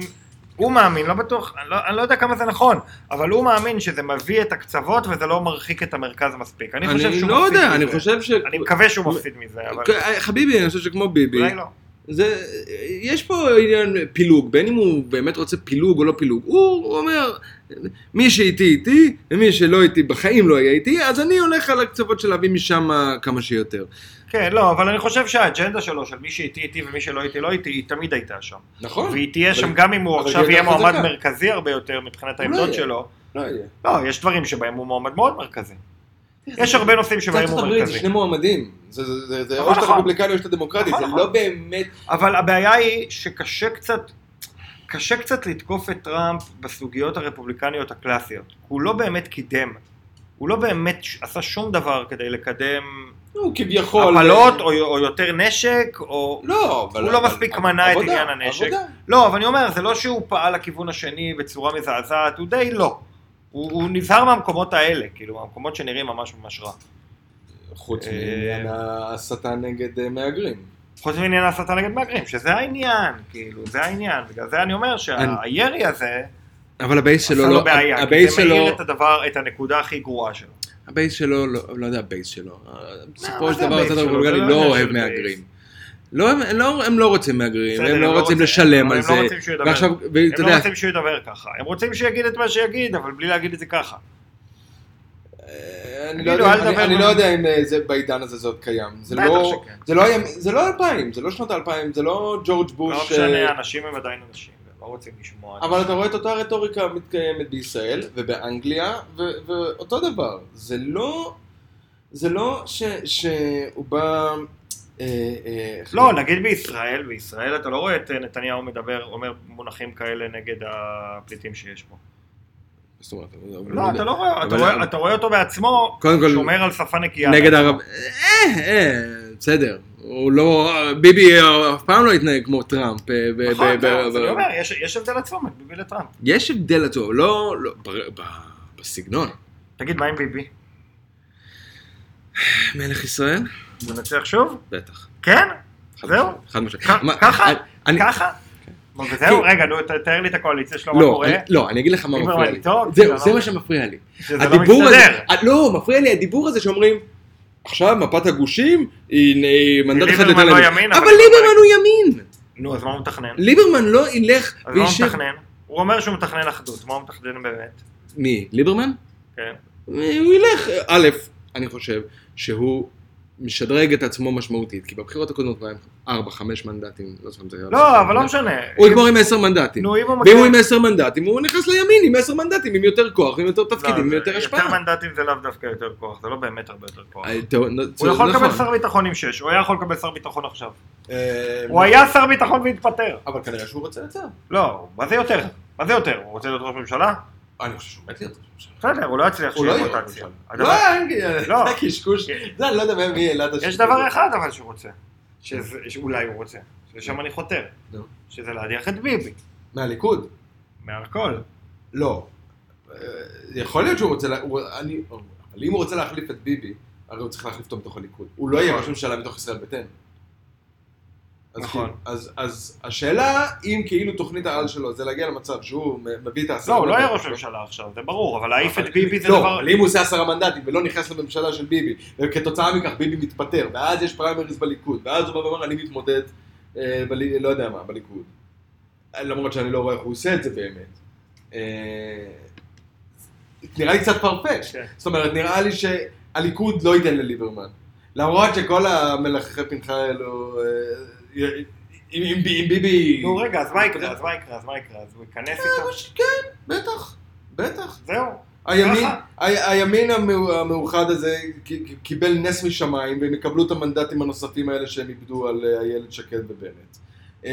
Speaker 1: הוא מאמין, לא בטוח, אני לא- אני לא יודע כמה זה נכון, אבל הוא מאמין שזה מביא את הקצוות וזה לא מרחיק את המרכז מספיק. אני חושב
Speaker 2: אני
Speaker 1: שהוא
Speaker 2: לא
Speaker 1: מפסיד
Speaker 2: יודע, אני
Speaker 1: מזה.
Speaker 2: חושב כן, ש... אה,
Speaker 1: אני מקווה שהוא מפסיד מזה, אבל
Speaker 2: חביבי, אני חושב שכמו ביבי,
Speaker 1: אולי לא.
Speaker 2: זה, יש פה עניין פילוג, בין אם הוא באמת רוצה פילוג או לא פילוג, הוא, הוא אומר, מי שאיתי איתי, ומי שלא איתי בחיים לא יהיה איתי, אז אני הולך על הקצוות של להביא משם כמה שיותר.
Speaker 1: כן, לא, אבל אני חושב שהאג'נדה שלו, של מי שאיתי איתי ומי שלא איתי לא איתי, היא תמיד הייתה שם.
Speaker 2: נכון.
Speaker 1: והיא תהיה
Speaker 2: אבל-
Speaker 1: שם גם אם הוא
Speaker 2: אבל
Speaker 1: עכשיו
Speaker 2: היא
Speaker 1: יהיה
Speaker 2: יותר
Speaker 1: מועמד
Speaker 2: חזקה.
Speaker 1: מרכזי הרבה יותר מבחינת
Speaker 2: הוא לא
Speaker 1: העמדות
Speaker 2: יהיה.
Speaker 1: שלו.
Speaker 2: לא יהיה.
Speaker 1: לא, יש דברים שבהם הוא מועמד מאוד מרכזי. יש הרבה נושאים שבהם
Speaker 3: ארצות
Speaker 1: הוא
Speaker 3: הברית זה
Speaker 1: מרכזי.
Speaker 3: שני מועמדים. זה- זה- זה זה
Speaker 1: נכון,
Speaker 3: או שאתה
Speaker 1: נכון.
Speaker 3: רפובליקני או שאתה דמוקרטי,
Speaker 1: נכון,
Speaker 3: זה
Speaker 1: נכון.
Speaker 3: לא באמת...
Speaker 1: אבל הבעיה היא שקשה קצת, קשה קצת לתקוף את טראמפ בסוגיות הרפובליקניות הקלאסיות. הוא לא באמת קידם. הוא לא באמת ש- עשה שום דבר כדי לקדם
Speaker 3: הוא כביכול...
Speaker 2: אה,
Speaker 1: הפלות או, או יותר נשק או...
Speaker 3: לא, אבל...
Speaker 1: לא הוא לא
Speaker 3: אבל-
Speaker 1: מספיק
Speaker 3: אבל-
Speaker 1: מנע את
Speaker 3: עבודה,
Speaker 1: עניין הנשק.
Speaker 3: עבודה.
Speaker 1: לא, אבל אני אומר, זה לא שהוא פעל לכיוון השני בצורה מזעזעת, הוא די לא. הוא, הוא נזהר מהמקומות האלה, כאילו, מהמקומות שנראים ממש ממש רע.
Speaker 3: חוץ
Speaker 1: אה,
Speaker 3: מעניין ההסתה נגד אה, מהגרים.
Speaker 1: חוץ מעניין ההסתה נגד מהגרים, שזה העניין, כאילו, זה העניין. בגלל זה אני אומר שהירי הזה,
Speaker 2: אבל הבייס
Speaker 1: עשה
Speaker 2: שלו
Speaker 1: לו
Speaker 2: לא,
Speaker 1: בעיה, כי
Speaker 2: הבייס
Speaker 1: זה
Speaker 2: שלו,
Speaker 1: מאיר את הדבר, את הנקודה הכי גרועה שלו.
Speaker 2: הבייס שלו, לא לא יודע הבייס שלו, בסופו
Speaker 1: אה, מה
Speaker 2: של
Speaker 1: זה
Speaker 2: דבר
Speaker 1: הבייס
Speaker 2: הצד
Speaker 1: שלו? זה
Speaker 2: הרפובליקני
Speaker 1: לא
Speaker 2: לא
Speaker 1: עניין
Speaker 2: אוהב
Speaker 1: של בייס.
Speaker 2: מהגרים. לא, הם- לא- הם לא רוצים מהגרים,
Speaker 1: בסדר,
Speaker 2: הם לא רוצים
Speaker 1: אבל
Speaker 2: לשלם על זה,
Speaker 1: הם לא רוצים שהוא ידבר.
Speaker 2: ועכשיו, ואתה
Speaker 1: הם לא
Speaker 2: יודע,
Speaker 1: רוצים שהוא ידבר ככה. הם רוצים שיגיד את מה שיגיד, אבל בלי להגיד את זה ככה.
Speaker 3: אה, אני
Speaker 1: תגידו,
Speaker 3: לא יודע-
Speaker 1: אל
Speaker 3: אני-
Speaker 1: תדבר
Speaker 3: אני
Speaker 1: עם-
Speaker 3: לא יודע אם אה, זה בעידן הזה זה עוד קיים. זה
Speaker 1: בטח
Speaker 3: לא...
Speaker 1: שכן.
Speaker 3: זה לא היה- זה לא 2000, זה לא שנות 2000, זה לא ג'ורג'
Speaker 1: לא
Speaker 3: בוש.
Speaker 1: משנה,
Speaker 3: אה,
Speaker 1: אנשים הם עדיין אנשים, הם לא רוצים לשמוע.
Speaker 3: אבל אתה רואה את אותה רטוריקה מתקיימת בישראל ובאנגליה, ו- ואותו דבר. זה לא, זה לא ש- שהוא בא... אה, אה,
Speaker 1: לא,
Speaker 2: כאילו-
Speaker 1: נגיד בישראל, בישראל אתה לא רואה את אה, נתניהו מדבר, אומר מונחים כאלה נגד הפליטים שיש פה.
Speaker 2: זאת אומרת, אבל
Speaker 1: לא, אתה לא רואה, אתה
Speaker 2: אבל-
Speaker 1: רואה- אתה רואה אותו בעצמו,
Speaker 2: קודם כל,
Speaker 1: שומר על שפה נקייה.
Speaker 2: נגד ערב... אה, אה, בסדר. הוא לא... ביבי אה, אף פעם לא התנהג כמו טראמפ. אה, ב-
Speaker 1: נכון,
Speaker 2: ב-
Speaker 1: זהו,
Speaker 2: ב-
Speaker 1: אז
Speaker 2: ב-
Speaker 1: אני אומר, יש- יש הבדל עצום בין ביבי לטראמפ.
Speaker 2: יש הבדל עצום, לא... לא, בר- ב- בסגנון.
Speaker 1: תגיד, מה עם ביבי?
Speaker 2: מלך ישראל?
Speaker 1: הוא מנצח שוב?
Speaker 2: בטח.
Speaker 1: כן?
Speaker 2: חד
Speaker 1: זהו?
Speaker 2: משמעית, חד משמעית.
Speaker 1: כ-
Speaker 2: מה-
Speaker 1: ככה?
Speaker 2: אני-
Speaker 1: ככה? נו, וזהו, רגע, נו, ת- תאר לי את הקואליציה שלו, מה
Speaker 2: לא,
Speaker 1: קורה?
Speaker 2: אני- לא, אני אגיד לך מה
Speaker 1: ליברמן
Speaker 2: מפריע לי.
Speaker 1: איתו? כאילו,
Speaker 2: זהו, זה
Speaker 1: לא-
Speaker 2: מה שמפריע לי.
Speaker 1: שזה לא
Speaker 2: הדיבור
Speaker 1: מסתדר.
Speaker 2: הזה... אה, לא, מפריע לי הדיבור הזה שאומרים... עכשיו מפת הגושים היא היא מנדט אחד
Speaker 1: ליברמן
Speaker 2: יותר
Speaker 1: לא
Speaker 2: לימין."
Speaker 1: ימין, אבל-
Speaker 2: אבל ליברמן הוא ימין.
Speaker 1: נו, אז מה הוא מתכנן?
Speaker 2: ליברמן לא ילך
Speaker 1: אז מה הוא
Speaker 2: וישב...
Speaker 1: מתכנן? הוא אומר שהוא מתכנן אחדות, מה הוא מתכנן באמת?
Speaker 2: מי? ליברמן?
Speaker 1: כן.
Speaker 2: הוא ילך, א', אני חושב שהוא משדרג את עצמו משמעותית, כי בבחירות הקודמות הוא היה עם 4-5 מנדטים, לא זוכר אם זה היה...
Speaker 1: לא, אבל לא משנה.
Speaker 2: הוא יגמור עם 10 מנדטים.
Speaker 1: נו, אם הוא
Speaker 2: ואם
Speaker 1: מקדם-
Speaker 2: הוא עם 10 מנדטים, הוא נכנס לימין עם 10 מנדטים, עם יותר כוח, עם יותר תפקידים, עם
Speaker 1: לא,
Speaker 2: יותר
Speaker 1: זה-
Speaker 2: השפעה.
Speaker 1: יותר מנדטים זה לאו דווקא יותר כוח, זה לא באמת הרבה יותר כוח.
Speaker 2: אה, טוב, נו,
Speaker 1: הוא
Speaker 2: צודק,
Speaker 1: יכול
Speaker 3: לא
Speaker 1: לקבל
Speaker 2: נכון.
Speaker 1: שר ביטחון עם שש, הוא היה יכול לקבל שר ביטחון עכשיו.
Speaker 3: אה,
Speaker 1: הוא היה שר ביטחון והתפטר.
Speaker 3: אבל כנראה שהוא רוצה את זה.
Speaker 1: לא, מה זה יותר? מה זה יותר? הוא רוצה להיות ראש ממשלה?
Speaker 3: אני חושב שהוא מת להיות ראש ממשלה.
Speaker 1: בסדר, הוא לא יצליח
Speaker 3: הוא
Speaker 1: שיהיה
Speaker 3: לא יהיה
Speaker 1: רוטציה.
Speaker 3: ראש
Speaker 1: הדבר-
Speaker 3: לא, אין
Speaker 2: אה,
Speaker 3: כאלה,
Speaker 1: לא.
Speaker 3: זה קשקוש. זה, אני לא יודע מי העלה את השטות
Speaker 1: יש
Speaker 3: הזאת.
Speaker 1: דבר אחד אבל שהוא רוצה. שזה- שאולי הוא רוצה. ושם אני חותר.
Speaker 3: נו.
Speaker 1: שזה להדיח את ביבי.
Speaker 3: מהליכוד?
Speaker 1: מהכל.
Speaker 3: לא. אה, יכול להיות שהוא רוצה... לה- הוא- אני- אבל אם הוא רוצה להחליף את ביבי, הרי הוא צריך להחליף אותו מתוך הליכוד. הוא לא יהיה
Speaker 1: נכון.
Speaker 3: ראש ממשלה מתוך ישראל ביתנו. אז
Speaker 1: נכון.
Speaker 3: כאילו- אז, אז השאלה אם כאילו תוכנית העל שלו זה להגיע למצב שהוא מ- מביא את העשרה
Speaker 1: לא, הוא לא
Speaker 3: מנדטים.
Speaker 1: יהיה ראש ממשלה עכשיו, זה ברור, אבל להעיף את
Speaker 3: אבל-
Speaker 1: ביבי זה
Speaker 3: לא,
Speaker 1: דבר...
Speaker 3: אבל אם הוא עושה עשרה מנדטים ולא נכנס לממשלה של ביבי, וכתוצאה מכך ביבי מתפטר, ואז יש פריימריז בליכוד, ואז הוא בא ואומר אני מתמודד, אה, בלי- לא יודע מה, בליכוד. אה, למרות שאני לא רואה איך הוא עושה את זה באמת. אה, נראה לי קצת פרפש.
Speaker 1: כן.
Speaker 3: זאת אומרת, נראה לי שהליכוד לא ייתן לליברמן. למרות שכל המלחכי פנחה האלו, אה, אה, אם אם- אם ביבי...
Speaker 1: נו רגע, אז מה יקרה? אז מה יקרה? אז מה יקרה? אז הוא ייכנס איתו?
Speaker 3: כן, בטח, בטח.
Speaker 1: זהו.
Speaker 3: הימין,
Speaker 1: ככה.
Speaker 3: ה- הימין המאו- המאוחד הזה ק- ק- קיבל נס משמיים, והם יקבלו את המנדטים הנוספים האלה שהם איבדו על אה, איילת שקד ובנט. אה,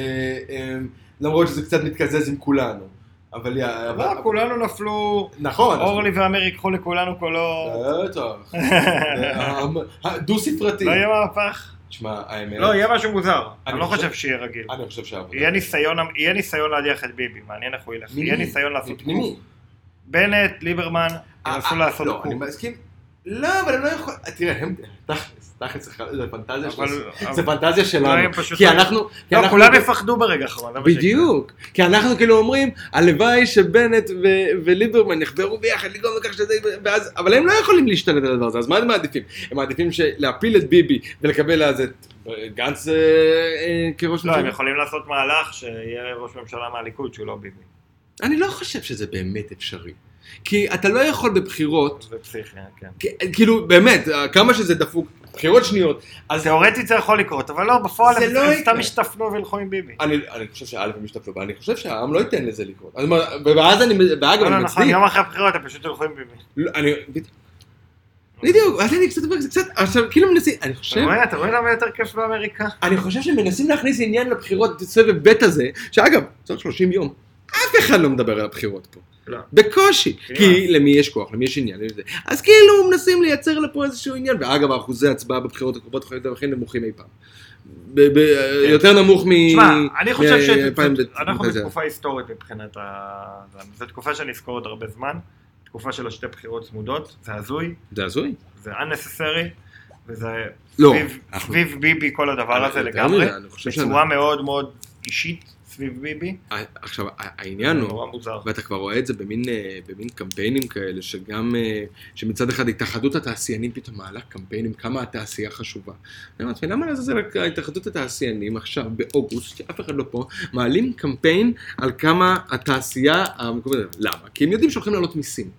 Speaker 3: אה, למרות שזה קצת מתקזז עם כולנו. אבל יא... אבל-
Speaker 1: לא, כולנו נפלו,
Speaker 2: לא,
Speaker 3: נכון.
Speaker 1: אורלי ואמיר ייקחו לכולנו
Speaker 2: אה,
Speaker 1: קולות.
Speaker 3: בטח. [laughs] דו ספרתי.
Speaker 1: לא
Speaker 2: אה,
Speaker 1: יהיה מהפך.
Speaker 3: תשמע, האמת...
Speaker 1: לא, יהיה משהו מוזר. אני
Speaker 3: אני
Speaker 1: לא
Speaker 3: חושב-
Speaker 1: חושב שיהיה רגיל.
Speaker 2: אה,
Speaker 3: אני חושב שהעבודה...
Speaker 1: יהיה ניסיון, אמ- יהיה ניסיון להדיח את ביבי, מעניין איך הוא ילך.
Speaker 3: פנימי.
Speaker 1: יהיה ניסיון לעשות קוק.
Speaker 3: פנימי.
Speaker 1: בנט, ליברמן, ינסו
Speaker 3: אה,
Speaker 1: לעשות
Speaker 3: לא,
Speaker 1: קוק.
Speaker 3: אני מסכים. לא, אבל הם לא יכולים... תראה, הם... תכלס, תכלס, זה פנטזיה
Speaker 1: אבל-
Speaker 3: שלנו.
Speaker 1: אבל-
Speaker 3: זה פנטזיה
Speaker 1: לא,
Speaker 3: שלנו.
Speaker 1: הם פשוט-
Speaker 2: כי אנחנו... כי
Speaker 1: לא,
Speaker 2: אנחנו-
Speaker 1: כולם יפחדו ברגע האחרון. זה מה שיקרה.
Speaker 2: בדיוק. כי אנחנו כאילו אומרים, הלוואי שבנט ו- וליברמן יחברו ביחד לגרום לכך שזה... ואז... אבל הם לא יכולים להשתלט על הדבר הזה, אז מה הם מעדיפים? הם מעדיפים ש- להפיל את ביבי ולקבל אז את גנץ אה, אה, כראש
Speaker 1: לא, הם
Speaker 2: ממשלה?
Speaker 1: יכולים לעשות מהלך שיהיה ראש ממשלה מהליכוד שהוא לא ביבי.
Speaker 2: אני לא חושב שזה באמת אפשרי. כי אתה לא יכול בבחירות,
Speaker 1: זה פסיכי, כן.
Speaker 2: כ- כאילו באמת, אה, כמה שזה דפוק, בחירות שניות,
Speaker 1: אז תיאורטית זה יכול לקרות, אבל לא, בפועל
Speaker 2: זה
Speaker 1: הם
Speaker 2: לא
Speaker 1: הם סתם
Speaker 2: יקרה.
Speaker 1: השתפנו וילכו עם ביבי.
Speaker 2: אני, אני חושב שא' הם ישתפלו, אבל אני חושב שהעם לא ייתן לזה לקרות. אז מה- ואז אני, ואגב,
Speaker 1: לא,
Speaker 2: אני
Speaker 1: לא, נכון,
Speaker 2: מצדיק.
Speaker 1: יום אחרי הבחירות הם פשוט ילכו עם ביבי.
Speaker 2: לא, אני, בדיוק.
Speaker 4: בדיוק, אז אני קצת אומר, זה קצת, עכשיו כאילו מנסים, אני
Speaker 1: אתה
Speaker 4: חושב,
Speaker 1: רואה, אתה רואה למה יותר כיף באמריקה?
Speaker 4: אני חושב שמנסים להכניס עניין לבחירות סבב ב' הזה, שאגב, צריך 30 יום, אף אחד לא מדבר על הבחירות פה.
Speaker 1: לא.
Speaker 4: בקושי,
Speaker 1: כן.
Speaker 4: כי למי יש כוח, למי יש עניין, למי זה. אז כאילו מנסים לייצר לפה איזשהו עניין, ואגב, האחוזי הצבעה בבחירות הקרובות יכולים להיות הכי נמוכים אי פעם. ב- ב- יותר נמוך מ...
Speaker 1: תשמע, כן. אני חושב
Speaker 4: מ-
Speaker 1: שאנחנו
Speaker 4: מ-
Speaker 1: בתקופה היסטורית מבחינת ה... זו תקופה שאני אזכור עוד הרבה זמן, תקופה של השתי בחירות צמודות, זה הזוי,
Speaker 4: זה הזוי.
Speaker 1: זה unnecessary, וזה
Speaker 4: לא.
Speaker 1: סביב-
Speaker 4: אנחנו-
Speaker 1: סביב ביבי כל הדבר הזה
Speaker 4: יותר
Speaker 1: לגמרי,
Speaker 4: מזה, אני חושב
Speaker 1: בצורה מאוד מאוד אישית סביב ביבי,
Speaker 4: שאנחנו- עכשיו, ה-
Speaker 1: זה
Speaker 4: העניין הוא...
Speaker 1: נורא מוזר.
Speaker 4: ואתה כבר רואה את זה במין, אה, במין קמפיינים כאלה, שגם, אה, שמצד אחד התאחדות התעשיינים פתאום מעלה קמפיינים, כמה התעשייה חשובה. אני אמרתי, למה לעזאזל התאחדות התעשיינים עכשיו, באוגוסט, שאף אחד לא פה, מעלים קמפיין על כמה התעשייה המקומית, למה? כי הם יודעים שהולכים להעלות מיסים.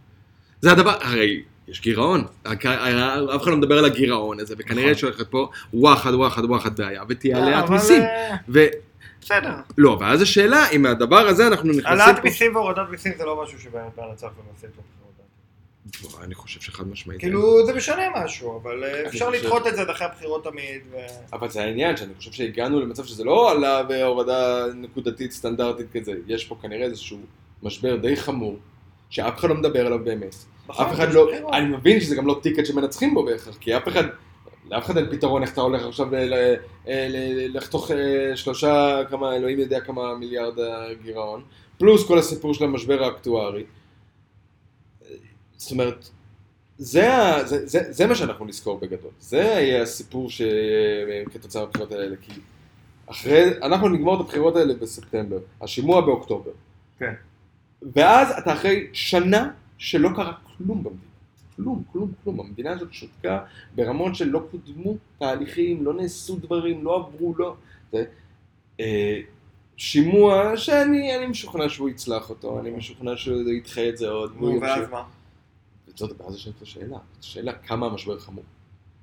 Speaker 4: זה הדבר, הרי... יש גירעון, הק- ה- אף אחד לא מדבר על הגירעון הזה, וכנראה
Speaker 1: נכון. לא,
Speaker 4: שהולכת פה וואחד וואחד וואחד בעיה, ותהיה העלאת
Speaker 1: אבל,
Speaker 4: מיסים.
Speaker 1: אה, בסדר,
Speaker 4: ולא, ואז השאלה אם מהדבר הזה אנחנו נכנסים...
Speaker 1: העלאת
Speaker 4: פה-
Speaker 1: מיסים והורדת מיסים זה לא משהו שבאמת בא לצף ומעשה טוב.
Speaker 4: כן. וואי, אני חושב שחד משמעית.
Speaker 1: כאילו זה משנה משהו, אבל אה, אפשר
Speaker 2: חושב-
Speaker 1: לדחות את זה עד אחרי הבחירות תמיד. ו-
Speaker 2: אבל זה העניין, שאני חושב שהגענו למצב שזה לא עלה והורדה נקודתית סטנדרטית כזה. יש פה כנראה איזשהו משבר די חמור, שאף אחד לא מדבר עליו באמת.
Speaker 1: נכון,
Speaker 2: אף אחד
Speaker 1: יש
Speaker 2: לא,
Speaker 1: בחירות.
Speaker 2: אני מבין שזה גם לא טיקט שמנצחים בו בהכרח, כי אף אחד, לאף אחד אין פתרון איך אתה הולך עכשיו ל- ל- ל- לחתוך אה, שלושה, כמה, אלוהים יודע כמה מיליארד הגירעון, פלוס כל הסיפור של המשבר האקטוארי. אה, זאת אומרת, זה, ה- זה, זה, זה מה שאנחנו נזכור בגדול, זה יהיה הסיפור שכתוצאה מהבחירות האלה, כי אחרי, אנחנו נגמור את הבחירות האלה בספטמבר, השימוע באוקטובר.
Speaker 1: כן.
Speaker 2: ואז אתה אחרי שנה שלא קרה כלום במדינה. כלום, כלום, כלום. המדינה הזאת שותקה ברמות שלא קודמו תהליכים, לא נעשו דברים, לא עברו, לא... זה, אה, שימוע שאני אני משוכנע שהוא יצלח אותו, אני משוכנע שהוא ידחה את זה עוד, והוא
Speaker 1: נו,
Speaker 2: ימשיך.
Speaker 1: ואז מה?
Speaker 2: זאת הבעיה זו שאלה שאלה, שאלה כמה המשבר חמור.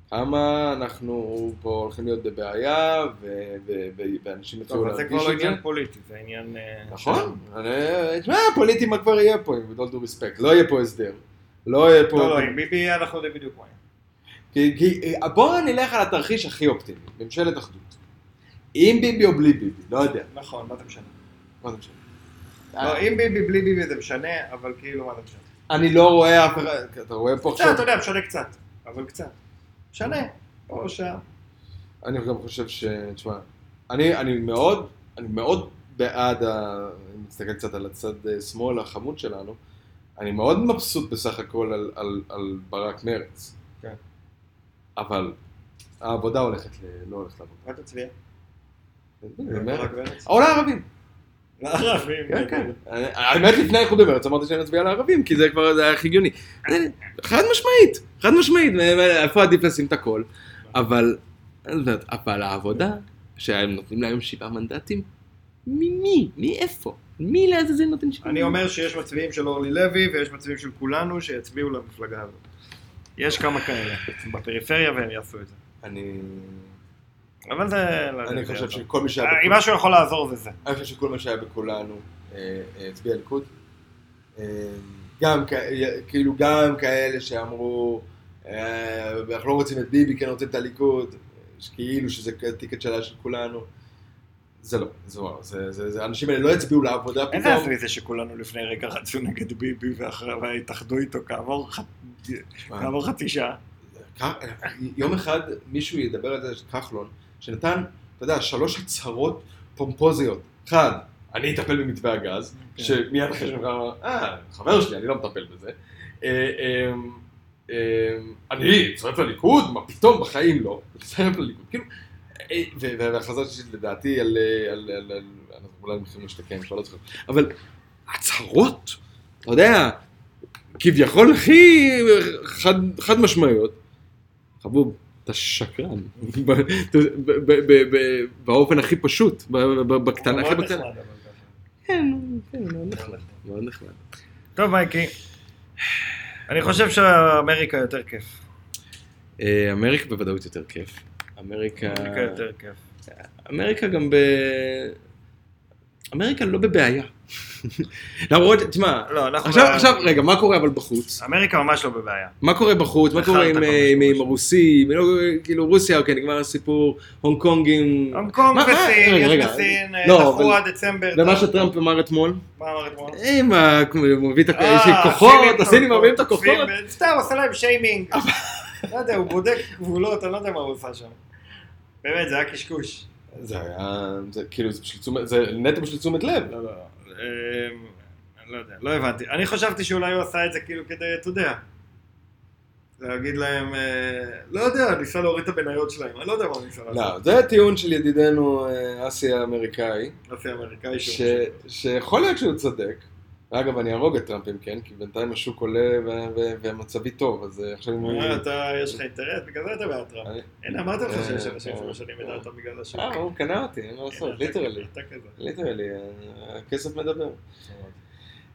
Speaker 2: כמה אנחנו פה הולכים להיות בבעיה, ו- ו- ו- ואנשים יתחילו
Speaker 1: טוב, אבל זה כבר
Speaker 2: להרגיש
Speaker 1: לא
Speaker 2: את זה.
Speaker 1: עניין פוליטי, זה עניין... אה,
Speaker 2: נכון, אני- תשמע, פוליטי מה כבר יהיה פה, עם all due respect, לא יהיה פה הסדר. לא יהיה
Speaker 1: לא,
Speaker 2: פה...
Speaker 1: לא, עם ביבי אנחנו יודעים בדיוק מה.
Speaker 2: כי- כי- אה, בואו נלך על התרחיש הכי אופטימי, ממשלת אחדות. עם ביבי או בלי ביבי, לא יודע.
Speaker 1: נכון, מה זה משנה?
Speaker 2: מה זה משנה? אה.
Speaker 1: לא, עם ביבי, בלי ביבי זה משנה, אבל כאילו מה זה משנה?
Speaker 2: אני לא רואה אף אחד, אתה רואה פה
Speaker 1: קצת,
Speaker 2: עכשיו... אה.
Speaker 1: אתה יודע, משנה קצת, אבל קצת. משנה, פה שם.
Speaker 2: אני גם חושב ש... תשמע, אני, אני מאוד, אני מאוד בעד, ה... אני מסתכל קצת על הצד אה, שמאל החמוד שלנו, אני מאוד מבסוט בסך הכל על, על, על ברק מרץ.
Speaker 1: כן.
Speaker 2: אבל העבודה הולכת, ל... לא הולכת לעבוד.
Speaker 1: מה תצביע?
Speaker 2: מרץ.
Speaker 1: ברק מרץ?
Speaker 2: או לערבים,
Speaker 1: לא, לערבים.
Speaker 2: כן אה, כן. אני- האמת לפני איחוד במרץ אמרתי שאני אצביע לערבים, כי זה כבר זה היה הכי הגיוני. אני- חד משמעית, חד משמעית, אה, אה, איפה עדיף לשים את הכל? אבל, אני יודעת, אבל העבודה, שהם נותנים להם שבעה מנדטים, ממי? מאיפה? מי לעזאזל נותן שבעה
Speaker 1: אני אומר שיש מצביעים של אורלי לוי ויש מצביעים של כולנו שיצביעו למפלגה הזאת. יש כמה כאלה בפריפריה והם יעשו את זה.
Speaker 2: אני...
Speaker 1: אבל זה... לא
Speaker 2: אני
Speaker 1: יודע, זה
Speaker 2: חושב
Speaker 1: יעזור.
Speaker 2: שכל מי שהיה
Speaker 1: אה, אם
Speaker 2: בכולנו,
Speaker 1: משהו יכול לעזור זה זה.
Speaker 2: אני חושב שכל מי שהיה בכולנו אה, אה, הצביע ליכוד. אה, גם כ- כאילו גם כאלה שאמרו, אה, אנחנו לא רוצים את ביבי, כן רוצים את הליכוד, כאילו שזה הטיקט שלה של כולנו. זה לא, זה וואו, זה, זה, זה, האנשים האלה לא יצביעו לעבודה
Speaker 1: אין זה
Speaker 2: פתאום.
Speaker 1: הזוי זה שכולנו לפני רגע רצו נגד ביבי ואחריו התאחדו איתו כעבור ח-
Speaker 2: מה?
Speaker 1: כעבור חצי שעה.
Speaker 2: אה, כ- אה, יום אחד מישהו ידבר על זה, כחלון, שנתן, אתה יודע, שלוש הצהרות פומפוזיות. אחד, אני אטפל במתווה הגז,
Speaker 1: כן.
Speaker 2: שמיד אחרי שהוא אמר, אה, חבר שלי, אני לא מטפל בזה. אה, אמ, אמ, אני אצטרף לליכוד? מה פתאום, בחיים לא. אצטרף לליכוד. כאילו, אה, ו- ו- וההכרזה שלי לדעתי על, אה, על, על, על, על- אולי מחיר משתכן, כבר לא זוכר. אבל
Speaker 4: הצהרות, אתה יודע, כביכול הכי חד, חד משמעיות. חבוב, אתה
Speaker 2: [laughs]
Speaker 4: שקרן, ב- ב- ב- ב- ב- באופן הכי פשוט, ב- ב- ב- בקטנה, הכי
Speaker 1: מאוד
Speaker 4: בקטנה.
Speaker 1: נחמד, אבל ככה.
Speaker 4: כן, כן, מאוד נחמד, מאוד נחמד.
Speaker 1: טוב מייקי, אני חושב שאמריקה יותר כיף.
Speaker 4: אה, אמריקה בוודאות יותר כיף.
Speaker 2: כן.
Speaker 4: אמריקה...
Speaker 1: אמריקה יותר כיף.
Speaker 4: אמריקה גם ב...
Speaker 2: אמריקה לא בבעיה. [laughs] למרות, תשמע,
Speaker 1: לא, אנחנו...
Speaker 2: עכשיו, עכשיו, רגע, מה קורה אבל בחוץ?
Speaker 1: אמריקה ממש לא בבעיה.
Speaker 2: מה קורה בחוץ? מה
Speaker 1: אכלת
Speaker 2: קורה עם,
Speaker 1: כבר
Speaker 2: אה, עם,
Speaker 1: משהו.
Speaker 2: עם הרוסים? לא, כאילו רוסיה, אוקיי, נגמר הסיפור, הונג קונגים.
Speaker 1: הונג קונג
Speaker 2: מה- מה-
Speaker 1: וסין,
Speaker 2: רגע,
Speaker 1: יש
Speaker 2: רגע.
Speaker 1: בסין, אה,
Speaker 2: לא,
Speaker 1: דחו
Speaker 2: אבל-
Speaker 1: עד דצמבר.
Speaker 2: ומה
Speaker 1: את ה-
Speaker 2: שטראמפ אמר אתמול,
Speaker 1: מה אמר אתמול?
Speaker 2: אם ה- הוא מביא את הכ-
Speaker 1: אה,
Speaker 2: יש לי אה, כוחות,
Speaker 1: הסינים
Speaker 2: הסינים מביאים את הכוחות.
Speaker 1: תוקפים, סתם, עושה להם שיימינג. לא יודע, הוא בודק גבולות, אני לא יודע מה הוא עשה שם. באמת, זה היה קשקוש.
Speaker 3: זה היה, זה כאילו, זה פשוט תשומת- זה נטו של תשומת לב.
Speaker 1: לא, לא, לא. אמ, אני לא יודע, לא הבנתי. אני חשבתי שאולי הוא עשה את זה כאילו כדי, אתה יודע, להגיד להם, אה, לא יודע, ניסה להוריד את המניות שלהם, אני לא יודע מה הוא ניסה לעשות.
Speaker 3: לא, זה הטיעון של ידידנו אה, אסי האמריקאי,
Speaker 1: אופי אמריקאי
Speaker 3: ש-
Speaker 1: שהוא...
Speaker 3: שיכול להיות שהוא צודק. אגב, אני אהרוג את טראמפ אם כן, כי בינתיים השוק עולה ו- ו- ומצבי טוב, אז אה, עכשיו... אם הוא-
Speaker 1: אה, אתה, יש לך אינטרס, בגלל זה אתה בעד טראמפ.
Speaker 3: אני-
Speaker 1: הנה, אמרתי לך שיש
Speaker 3: אה,
Speaker 1: אנשים
Speaker 3: אה,
Speaker 1: שמשנים את
Speaker 3: אה.
Speaker 1: דעתם בגלל השוק.
Speaker 3: אה, הוא קנה אותי, אין מה לעשות,
Speaker 1: הנה, אתה-
Speaker 3: ליטרלי.
Speaker 1: אתה כזה.
Speaker 3: ליטרלי, הכסף מדבר. נכון.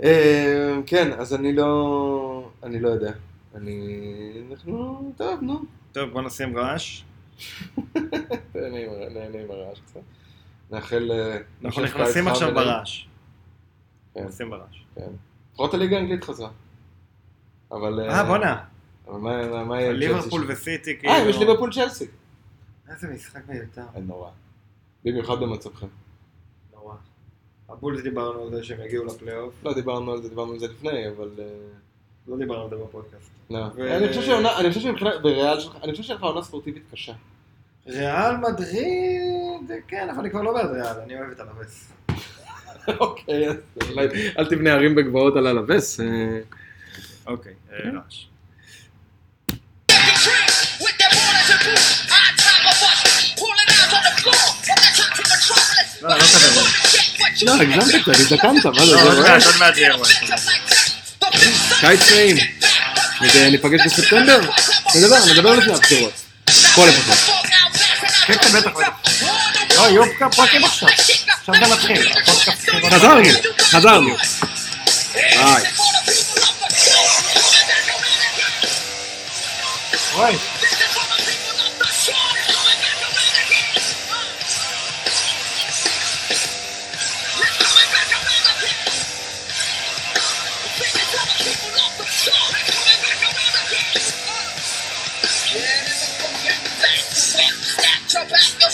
Speaker 3: אה, כן, אז אני לא... אני לא יודע. אני... אנחנו... טוב, נו.
Speaker 1: טוב, בוא נשים רעש.
Speaker 3: נהנה עם הר- נהנה עם הרעש קצת. אה, נאחל... אה,
Speaker 1: אנחנו
Speaker 3: המשך
Speaker 1: נכנסים
Speaker 3: קיץ
Speaker 1: עכשיו
Speaker 3: חם ונעים.
Speaker 1: ברעש.
Speaker 3: כן.
Speaker 1: נכנסים ברעש.
Speaker 3: לפחות הליגה האנגלית חזרה. אבל...
Speaker 1: אה, בואנה.
Speaker 3: אבל מה- מה- מה יהיה עם
Speaker 1: ליברפול
Speaker 3: צ'לסי?
Speaker 1: וסיטי, כאילו.
Speaker 3: אה, יש ליברפול צ'לסי.
Speaker 1: איזה משחק מיותר.
Speaker 3: אה, נורא. במיוחד במצבכם.
Speaker 1: נורא. הבולס דיברנו על זה שהם יגיעו לפלייאוף.
Speaker 3: לא דיברנו על זה, דיברנו על זה לפני, אבל... אה,
Speaker 1: לא דיברנו על זה בפודקאסט.
Speaker 3: לא.
Speaker 1: ו-
Speaker 3: אני חושב שהעונה- אני חושב שמבחינת... בריאל שלך... אני חושב שיש לך עונה ספורטיבית קשה. [laughs]
Speaker 1: ריאל מדריד, כן, אבל אני כבר לא בעד ריאל, אני אוהב את הלווס.
Speaker 3: אוקיי, אז אולי... לא,
Speaker 2: אל תבנה ערים בגבעות על הלווס. אה,
Speaker 1: אוקיי, אה, רעש.
Speaker 5: with their borders and boots. I top of us, pulling out on the floor. From the top to the tropics.
Speaker 1: לא, לא כזה.
Speaker 2: לא, הגזמת קצת, הזדקנת, מה זה,
Speaker 1: לא,
Speaker 2: זה
Speaker 1: עוד
Speaker 2: רואה?
Speaker 1: מעט, עוד מעט זה יהיה רואה.
Speaker 3: לא.
Speaker 2: קיץ נעים. נד- ניפגש בספטמבר? נדבר, נדבר לפני הבחירות. פה לפחות.
Speaker 1: כן, כן, [laughs] בטח, בטח. לא, יהיו פרקים עכשיו. עכשיו זה מתחיל. הפודקאסט שלנו.
Speaker 2: חזרנו, חזרנו. ביי.
Speaker 1: אוי.
Speaker 5: Yeah, this is from your face. Snap your back,